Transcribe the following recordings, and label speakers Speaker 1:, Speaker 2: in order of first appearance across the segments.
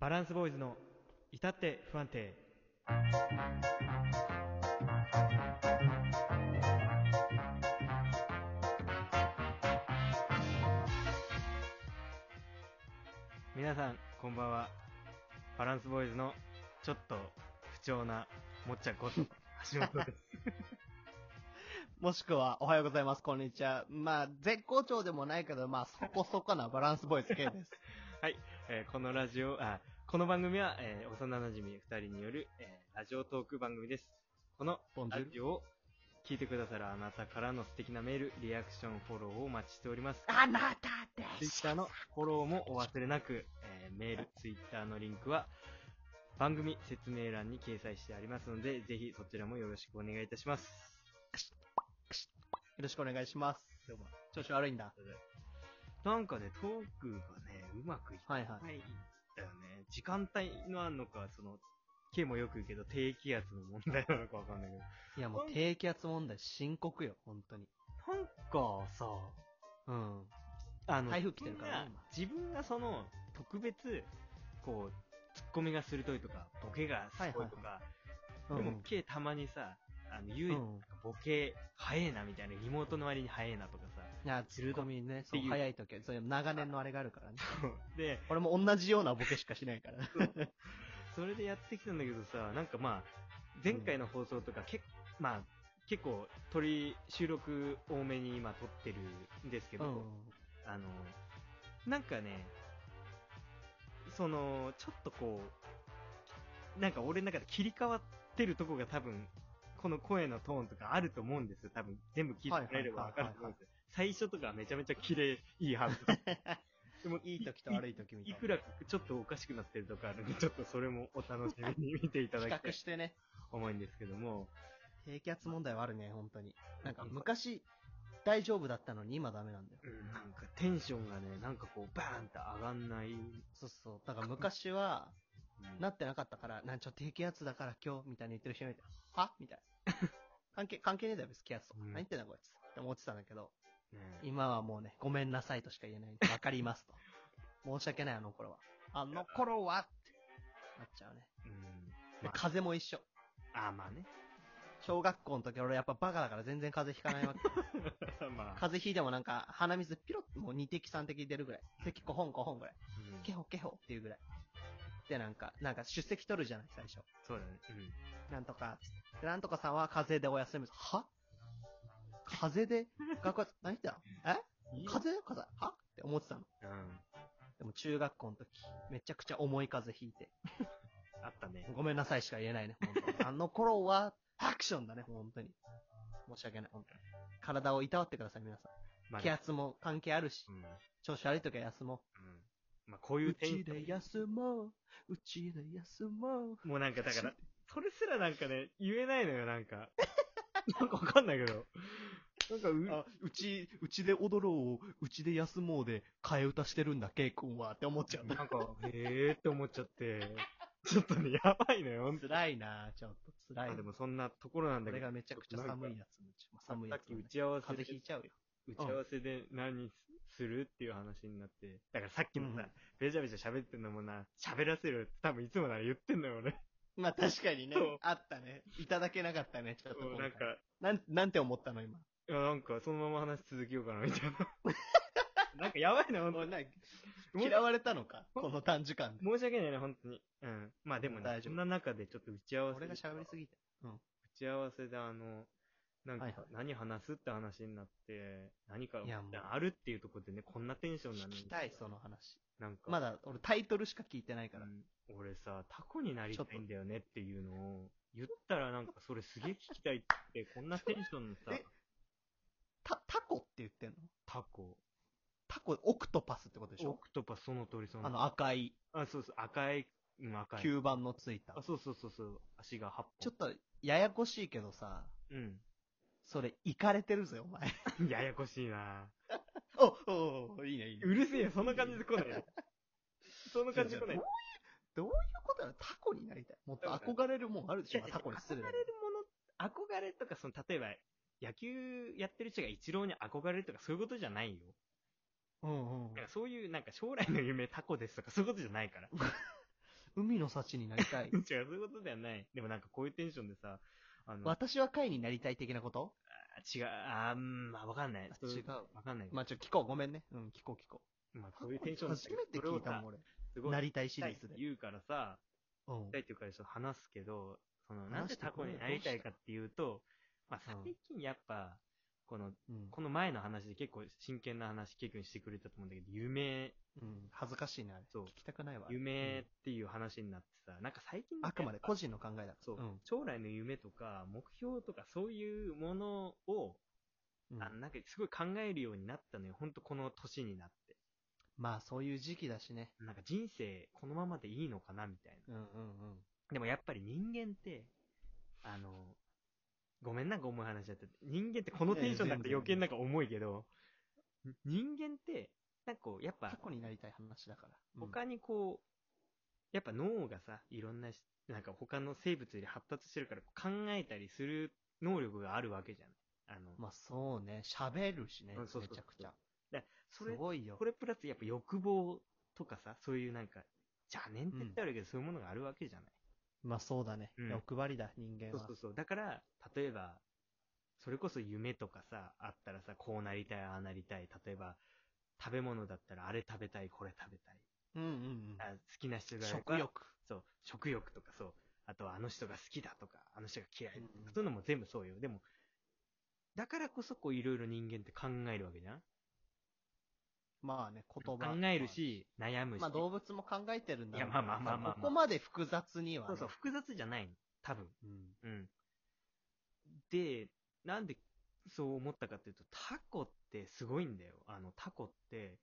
Speaker 1: バランスボーイズの至って不安定。皆さん、こんばんは。バランスボーイズのちょっと不調なもっちゃこと橋本です。
Speaker 2: もしくは、おはようございます、こんにちは。まあ、絶好調でもないけど、まあ、そこそこなバランスボイス系です。
Speaker 1: えーこのラジオ、あ、この番組は、えー幼馴染み2人による、えーラジオトーク番組です。この
Speaker 2: ボンジュ
Speaker 1: ラ
Speaker 2: ール
Speaker 1: ジオを聞いてくださるあなたからの素敵なメール、リアクション、フォローをお待ちしております。
Speaker 2: あなたで
Speaker 1: ツイッターのフォローもお忘れなく、えーメール、ツイッターのリンクは番組説明欄に掲載してありますので、ぜひそちらもよろしくお願いいたします。
Speaker 2: よろしくお願いします。
Speaker 1: どうも
Speaker 2: 調子悪いんだ。
Speaker 1: なんかね、トークがね、うまくいかないんだよね。
Speaker 2: は
Speaker 1: 時間帯のあんのか、その、K もよく言うけど、低気圧の問題なのかわかんないけど。
Speaker 2: いや、もう低気圧問題深刻よ、本当に。
Speaker 1: なんかさ、
Speaker 2: うん。
Speaker 1: あの、
Speaker 2: 台風来てるからね
Speaker 1: 自分が自分がその、特別、こう、ツッコミが鋭いとか、ボケがすごいとか、
Speaker 2: うん
Speaker 1: でも、K たまにさ、あの、唯
Speaker 2: う
Speaker 1: 一、
Speaker 2: ん。
Speaker 1: ボケ、早えなみたいな、妹の割に早えなとかさ。
Speaker 2: いや、ツッコミね、そう
Speaker 1: っていう
Speaker 2: 早い時は、それ長年のあれがあるからね。
Speaker 1: で、
Speaker 2: 俺も同じようなボケしかしないから。
Speaker 1: それでやってきたんだけどさ、なんかまあ、前回の放送とか、けまあ、結構、撮り、収録多めに今撮ってるんですけ
Speaker 2: う
Speaker 1: ど、
Speaker 2: ん。
Speaker 1: あの、なんかね、その、ちょっとこう、なんか俺の中で切り替わってるとこが多分、この声のトーンとかあると思うんですよ。多分、全部聞いてもらえればわかると思うんですよ。最初とかめちゃめちゃ綺麗、いいは ず。でも
Speaker 2: いい時と悪い時みたい
Speaker 1: い
Speaker 2: な。
Speaker 1: くらちょっとおかしくなってるとかあるんで、ちょっとそれもお楽しみに見ていただ
Speaker 2: 比
Speaker 1: きた
Speaker 2: 較
Speaker 1: い
Speaker 2: してね。
Speaker 1: と思うんですけど も、
Speaker 2: 低気圧問題はあるね、本当に。なんか、昔、大丈夫だったのに今ダメなんだよ。
Speaker 1: うんなんかテンションがね、なんかこう、バーンって上がんない。
Speaker 2: そうそう。だから昔は、
Speaker 1: うん
Speaker 2: なってなかったから、なんちょ、低気圧だから今日、みたいに言ってる人がいて、はみたいな。 関係、関係ねえだよ、別に気圧と。
Speaker 1: うん
Speaker 2: 何言ってんだこいつ。って思ってたんだけど、
Speaker 1: ね
Speaker 2: 今はもうね、ごめんなさいとしか言えない。わかります と。申し訳ない、あの頃は。あの頃はって、なっちゃうね。
Speaker 1: うん
Speaker 2: で
Speaker 1: まあ
Speaker 2: 風も一緒。
Speaker 1: あ、まあね。
Speaker 2: 小学校の時俺やっぱバカだから全然風邪ひかな いわけ。
Speaker 1: まあ、
Speaker 2: 風邪ひいてもなんか鼻水ピロッともう2滴3滴出るぐらい。咳5本5本ぐらい。
Speaker 1: うん
Speaker 2: ケホケホっていうぐらい。でなんか、なんか出席取るじゃない、最初。
Speaker 1: そうだね。うん。
Speaker 2: なんとか、でなんとかさんは風邪でお休みです。は風邪で、学校や、 何言ってたのえ風邪風邪はって思ってたの。
Speaker 1: うん。
Speaker 2: でも中学校の時、めちゃくちゃ重い風邪ひいて。
Speaker 1: あったね。
Speaker 2: ごめんなさいしか言えないね、本 当にあの頃は、アクションだね、本当に。申し訳ない、本当に。体をいたわってください、皆さ
Speaker 1: ま
Speaker 2: ん。
Speaker 1: あ
Speaker 2: 気
Speaker 1: ね、
Speaker 2: 圧も関係あるし
Speaker 1: う、ん。うん。
Speaker 2: 調子悪い時は休も
Speaker 1: まあ、こう
Speaker 2: う。
Speaker 1: いううテン
Speaker 2: ち
Speaker 1: シ
Speaker 2: で
Speaker 1: ョ
Speaker 2: 休もう。うちで休もう。
Speaker 1: ン。もうなんかだから、それすらなんかね、言えないのよ、なんか。 なんかわかんないけど。なんかう、
Speaker 2: あ、うち、うちで踊ろう、うちで休もうで、替え歌してるんだ、ケイ君は、って思っちゃう。
Speaker 1: なんか、へーって思っちゃって。ちょっとね、やばいのよ、ほんと
Speaker 2: 辛いなぁちょっと辛い
Speaker 1: あ。でもそんなところなんだ
Speaker 2: こ
Speaker 1: け
Speaker 2: れ
Speaker 1: ど。
Speaker 2: がめちゃくちゃ寒いやつになっちゃう。まあ寒い
Speaker 1: さ
Speaker 2: や
Speaker 1: っ
Speaker 2: つ
Speaker 1: き
Speaker 2: もね、
Speaker 1: 打ち合わせ
Speaker 2: 風
Speaker 1: で
Speaker 2: 邪ひいちゃうよ。
Speaker 1: 打ち合わせで何するっていう話になって、だからさっきの
Speaker 2: うんう
Speaker 1: さ
Speaker 2: ん、
Speaker 1: べちゃべちゃ喋ってんのもな、喋らせるって多分いつもなら言ってんのよ、俺。
Speaker 2: まあ確かにね
Speaker 1: そう、
Speaker 2: あったね。いただけなかったね、ちょっと
Speaker 1: も
Speaker 2: 今
Speaker 1: うなん
Speaker 2: 回。
Speaker 1: か、
Speaker 2: なん、なんて思ったの今。
Speaker 1: いや、なんか、そのまま話続けようかな、みたい な。なんか、やばいな、ほんと
Speaker 2: おい
Speaker 1: に。
Speaker 2: なんか
Speaker 1: もう
Speaker 2: 嫌われたのかこの短時間で。
Speaker 1: 申し訳ないな、本当に。うん。まあでも
Speaker 2: 大
Speaker 1: ね、
Speaker 2: 丈
Speaker 1: そ
Speaker 2: 夫
Speaker 1: んな中でちょっと打ち合わせで。
Speaker 2: 俺が喋りすぎて。
Speaker 1: 打ち合わせで、あの、なんか
Speaker 2: はいはい、
Speaker 1: 何話すって話になって、何か
Speaker 2: いやもう、
Speaker 1: あるっていうところでね、こんなテンションなの
Speaker 2: 聞
Speaker 1: に。
Speaker 2: きたい、その話。
Speaker 1: なんか、
Speaker 2: まだ俺タイトルしか聞いてないから
Speaker 1: う。ん俺さ、タコになりたいんだよねっていうのを、言ったらなんか、それすげえ聞きたいって、こんなテンションのさ、
Speaker 2: えた、タコって言ってんの
Speaker 1: タコ。
Speaker 2: タコ、オクトパスってことでし
Speaker 1: オ
Speaker 2: ょ
Speaker 1: クトパス、その通りそ
Speaker 2: あ
Speaker 1: の通り。
Speaker 2: の赤い
Speaker 1: あ、そうそう、赤い、うん、赤い。
Speaker 2: 吸盤のついた
Speaker 1: あ、。そうそうそうそう、足が8本。
Speaker 2: ちょっと、ややこしいけどさ、
Speaker 1: うん。
Speaker 2: それ、いかれてるぜ、お前。
Speaker 1: ややこしいな
Speaker 2: お、お、おいいね、いいね。
Speaker 1: うるせえよ、そんな感じで来ない よ。そんな感じで来ない。
Speaker 2: いやいやどういうことだろうタコになりたい。もっと憧れるもんあるでしょ、まあタコにする
Speaker 1: 憧れるもの、憧れとか、その、例えば、野球やってる人がイチローに憧れるとか、そういうことじゃないよ。
Speaker 2: うんうんうん
Speaker 1: なん。かそういう、なんか将来の夢タコですとか、そういうことじゃないから。
Speaker 2: 海の幸になりたい
Speaker 1: 違。う、そういうことではない。でもなんかこういうテンションでさ、あの、
Speaker 2: 私は貝になりたい的なこと
Speaker 1: 違う、あーうん、まあわかんない。そう
Speaker 2: 違う
Speaker 1: わかんないけど。
Speaker 2: まあ、ちょ、聞こう。ごめんね。うん、聞こう、聞こ
Speaker 1: まあ、
Speaker 2: う。
Speaker 1: こういうテンション
Speaker 2: 初めて聞いたもん、俺。
Speaker 1: すごい、
Speaker 2: なりたいシ
Speaker 1: た
Speaker 2: リ
Speaker 1: いっ
Speaker 2: ー
Speaker 1: て
Speaker 2: ズで。
Speaker 1: 言うからさ、
Speaker 2: うん
Speaker 1: たい。っていうからちょっと話すけど、その、なん
Speaker 2: 話し
Speaker 1: で
Speaker 2: て
Speaker 1: タコ
Speaker 2: くれ
Speaker 1: になりたいかっていうと、まあ
Speaker 2: うした
Speaker 1: 最近やっぱ、この、
Speaker 2: うん。
Speaker 1: この前の話で結構真剣な話、結構してくれたと思うんだけど、夢、
Speaker 2: うん恥ずかしいな、あれ。
Speaker 1: そう
Speaker 2: 聞きたくないわ。
Speaker 1: 夢っていう話になってさ、なんか最近
Speaker 2: うんあくまで
Speaker 1: やっぱ
Speaker 2: 個人の考えだから。
Speaker 1: そう、
Speaker 2: ん
Speaker 1: 将来の夢とか、目標とか、そういうものを、
Speaker 2: うん
Speaker 1: あのなんかすごい考えるようになったのよ。ほんとこの年になって。
Speaker 2: まあ、そういう時期だしね。
Speaker 1: なんか人生、このままでいいのかな、みたいな。
Speaker 2: うんうんうん。
Speaker 1: でもやっぱり人間って、あの、ごめんなんか重い話だって。人間ってこのテンションだから
Speaker 2: いやいや全然
Speaker 1: 余計なんか重いけど、人間って、なんかこう、やっ
Speaker 2: タ
Speaker 1: ぱ、
Speaker 2: コになりたい話だから。うん
Speaker 1: 他にこう、やっぱ脳がさ、いろんなし、なんか他の生物より発達してるから、考えたりする能力があるわけじゃん。あの、
Speaker 2: まあ、そうね。喋るしね。
Speaker 1: う
Speaker 2: め
Speaker 1: んそうそう
Speaker 2: ちゃくちゃ。
Speaker 1: だ
Speaker 2: す
Speaker 1: それ、
Speaker 2: ごいよ
Speaker 1: こ。れプラスやっぱ欲望とかさ、そういうなんか、邪念って言ってあるけど、そういうものがあるわけじゃない。
Speaker 2: まあ、そうだね。
Speaker 1: うん
Speaker 2: 欲張りだ、人間
Speaker 1: そう
Speaker 2: は
Speaker 1: そう。そう。だから、例えば、それこそ夢とかさ、あったらさ、こうなりたい、ああなりたい。例えば、食べ物だったら、あれ食べたい、これ食べたい。
Speaker 2: うんうん
Speaker 1: あ好きな人
Speaker 2: うん。
Speaker 1: が
Speaker 2: 食欲。
Speaker 1: そう、食欲とかそう。あとは、あの人が好きだとか、あの人が嫌いとか、
Speaker 2: うんうん
Speaker 1: そういうのも全部そうよ。でも、だからこそ、こう、いろいろ人間って考えるわけじゃん
Speaker 2: まあね、言葉。
Speaker 1: 考えるし、悩むし。
Speaker 2: まあ動物も考えてるんだろう
Speaker 1: いやまあまあまあまあ
Speaker 2: ここまで複雑には、ね。
Speaker 1: そうそう、複雑じゃないの多分。
Speaker 2: うん
Speaker 1: うん。で、なんでそう思ったかっていうと、タコってすごいんだよ。あの、タコって、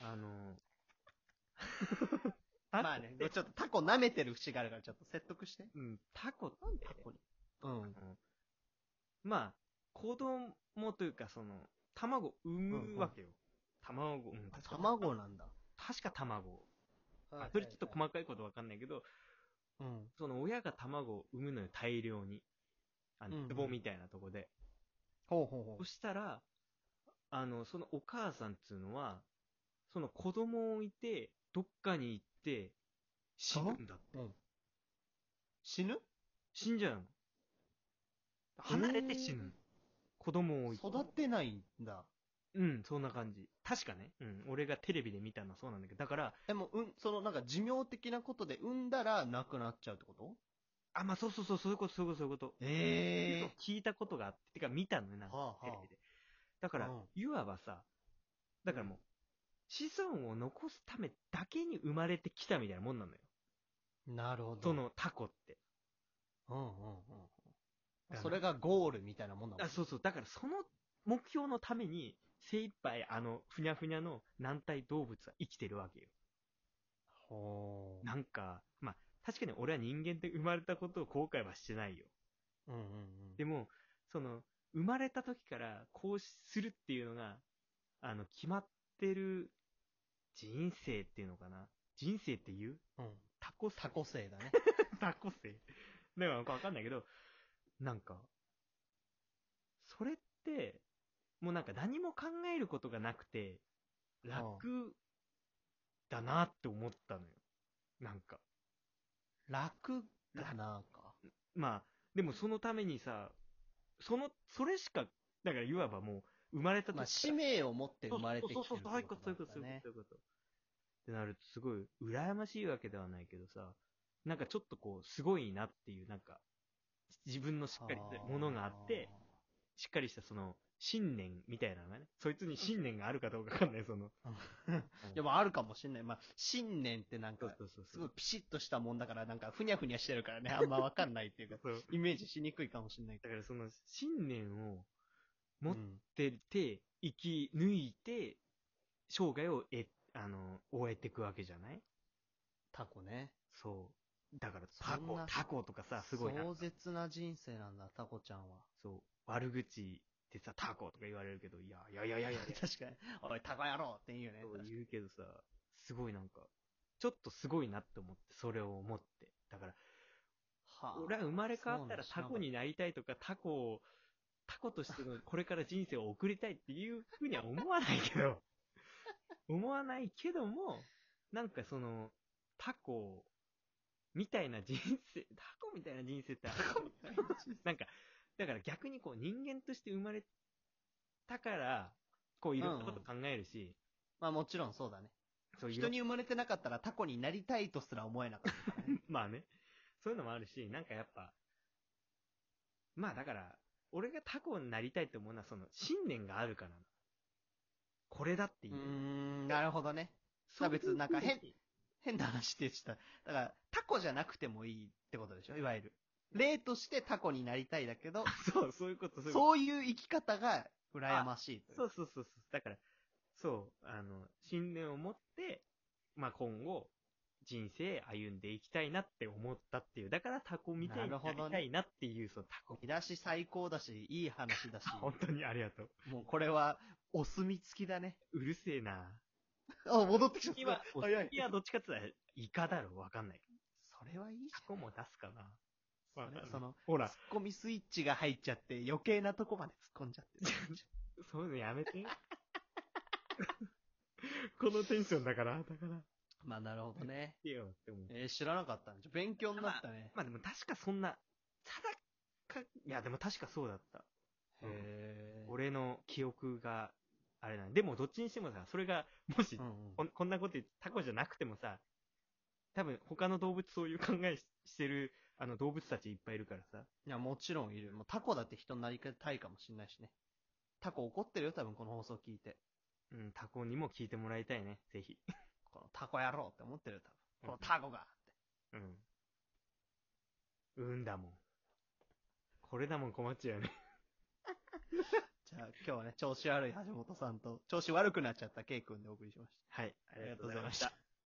Speaker 1: あ の、タコ
Speaker 2: まあね、ちょっとタコ舐めてる節があるから、ちょっと説得して。
Speaker 1: うん、タコって、
Speaker 2: なんでタコに。
Speaker 1: あ
Speaker 2: うん。
Speaker 1: のまあ、子供というか、その、卵を産むわけよ。卵、うん、確か
Speaker 2: 卵なんだ。
Speaker 1: 確か卵。あそれちょっと細かいことわかんないけど、
Speaker 2: うん。
Speaker 1: その親が卵を産むのよ、大量に。あ
Speaker 2: うんう
Speaker 1: の、
Speaker 2: ん
Speaker 1: 壺みたいなとこで。
Speaker 2: ほうほうほ
Speaker 1: そしたら、あの、そのお母さんっていうのは、その子供を置いて、どっかに行って、死ぬんだ。
Speaker 2: う。うん。死ぬ
Speaker 1: 死んじゃうの。離れて死ぬの。子供を置いて。
Speaker 2: 育てないんだ。
Speaker 1: うん、そんな感じ。確かね。うん、俺がテレビで見たのはそうなんだけど、だから、
Speaker 2: でも、うん、そのなんか寿命的なことで産んだら亡くなっちゃうってこと
Speaker 1: あ、まあそうそうそう、そういうこと、そういうこと、そういうこと。
Speaker 2: え
Speaker 1: 聞いたことがあって、てか見たのよ、なんか、
Speaker 2: はあ
Speaker 1: テ
Speaker 2: はあ
Speaker 1: レビで。だから、
Speaker 2: うん
Speaker 1: いわばさ、だからもう、子孫を残すためだけに生まれてきたみたいなもんなのよ。
Speaker 2: えなるほど。
Speaker 1: そ、のタコって。
Speaker 2: うんうんうん。それがゴールみたいなもんだもん
Speaker 1: あそうそう、だからその目標のために、精一杯、あの、ふにゃふにゃの軟体動物は生きてるわけよ。
Speaker 2: ほう。
Speaker 1: なんか、まあ、確かに俺は人間で生まれたことを後悔はしてないよ。
Speaker 2: うんうんうん。
Speaker 1: でも、その、生まれた時からこうするっていうのが、あの、決まってる人生っていうのかな。人生って言う
Speaker 2: うん。
Speaker 1: タコ
Speaker 2: タコ性 だね。
Speaker 1: タコ生だからわかんないけど、なんか、それって、もうなんか何も考えることがなくて、楽だなって思ったのよ。なんか。
Speaker 2: 楽だな、か。
Speaker 1: まあ、でもそのためにさ、その、それしか、だからいわばもう、生まれた時
Speaker 2: ま
Speaker 1: から
Speaker 2: あ、使命を持って生まれてきてる
Speaker 1: そうそうそう、そういうこと、そういうこと、
Speaker 2: だね
Speaker 1: そういうこと。ってなると、すごい、羨ましいわけではないけどさ、なんかちょっとこう、すごいなっていう、なんか、自分のしっかりしたものがあって、しっかりしたその、信念みたいなのがね、そいつに信念があるかどうかわかんない、その。
Speaker 2: あー。でもあるかもしれない。まあ、信念ってなん
Speaker 1: そ
Speaker 2: か
Speaker 1: う、そうそう
Speaker 2: す
Speaker 1: そ。
Speaker 2: ごいうピシッとしたもんだから、なんか、ふにゃふにゃしてるからね、あんまわかんないって いうか、
Speaker 1: そう
Speaker 2: イメージしにくいかもしれない
Speaker 1: だ
Speaker 2: け
Speaker 1: からその、信念を持
Speaker 2: ど。
Speaker 1: ってて、生き抜いて、生涯をえ、あの、終えていくわけじゃない
Speaker 2: タコね。
Speaker 1: そう。だから、
Speaker 2: そ
Speaker 1: タ
Speaker 2: ん
Speaker 1: コ
Speaker 2: な、
Speaker 1: タコとかさ、すごいな。
Speaker 2: 壮絶な人生なんだ、タコちゃんは。
Speaker 1: そう、悪口ってさ、タコとか言われるけど、いや、いやいやい やいや、
Speaker 2: 確かに。おい、タコやろうって言うね。
Speaker 1: そう言うけどさ、すごいなんか、ちょっとすごいなって思って、それを思って。だから、
Speaker 2: はあ
Speaker 1: 俺は生まれ変わったら
Speaker 2: そうな
Speaker 1: タ
Speaker 2: んだ
Speaker 1: コになりたいとか、タコを、タコとしてのこれから人生を送りたいっていうふうには思わないけ ど、思わないけども、なんかその、タコみたいな人生、タコみたいな人生ってあるなんか、だから逆にこう人間として生まれたから、こういろんなこと考えるし、
Speaker 2: まあもちろんそうだね。
Speaker 1: そういう
Speaker 2: 人に生まれてなかったらタコになりたいとすら思えなかったからね。
Speaker 1: まあね。そういうのもあるし、なんかやっぱ、まあだから、俺がタコになりたいと思うのは、その、信念があるからなのこれだっていうう。
Speaker 2: ーん、なるほどね。
Speaker 1: そういう
Speaker 2: 差別なんか変
Speaker 1: 風に
Speaker 2: 変な話でした。だから、タコじゃなくてもいいってことでしょいわゆる。例としてタコになりたいだけ ど、
Speaker 1: そう、そういうこと、そういうこと。
Speaker 2: そういう生き方が羨ましいという
Speaker 1: そうそうそうそう。だから、そう、あの、信念を持って、まあ今後、人生歩んでいきたいなって思ったっていう。だからタコみたいにな
Speaker 2: なるほ
Speaker 1: り
Speaker 2: どね
Speaker 1: たいなっていう、そのタコ。
Speaker 2: 見出し最高だし、いい話だし、
Speaker 1: 本当にありがとう。
Speaker 2: もうこれは、お墨付きだね。
Speaker 1: うるせえな。
Speaker 2: あ、戻ってき
Speaker 1: 次は、お
Speaker 2: 早い。
Speaker 1: 次はどっちかって言ったら、イカだろ、わかんないけど。
Speaker 2: それはいいじ
Speaker 1: タコも出すかな。
Speaker 2: ゃ
Speaker 1: ま
Speaker 2: ん。そ
Speaker 1: あ
Speaker 2: れその、
Speaker 1: ほ
Speaker 2: 突っ
Speaker 1: ら、
Speaker 2: 込みスイッチが入っちゃって、余計なとこまで突っ込んじゃって。
Speaker 1: そういうのやめて。 このテンションだから、だから。
Speaker 2: まあなるほどね。
Speaker 1: いいよって思う。
Speaker 2: えー、知らなかったね。ちょ勉強になったね。
Speaker 1: まあでも確かそんな、ただか、いやでも確かそうだった。
Speaker 2: へえ。
Speaker 1: 俺の記憶が、あれなんでもどっちにしてもさ、それが、もし、
Speaker 2: うんうん
Speaker 1: こんこんなこと言ってタコじゃなくてもさ、多分他の動物そういう考えししてる、あの動物たちいっぱいいるからさ。
Speaker 2: いや、もちろんいる。もうタコだって人になりたいかもしんないしね。タコ怒ってるよ、多分この放送聞いて。
Speaker 1: うん、タコにも聞いてもらいたいね、ぜひ。
Speaker 2: このタコ野郎って思ってるよ、多分。この
Speaker 1: うん
Speaker 2: タコが。
Speaker 1: うん。うんだもん。これだもん困っちゃうよね。
Speaker 2: じゃあ今日はね、調子悪い橋本さんと、調子悪くなっちゃったケイ君でお送りしました。
Speaker 1: はい、あ
Speaker 2: ありがとうございました。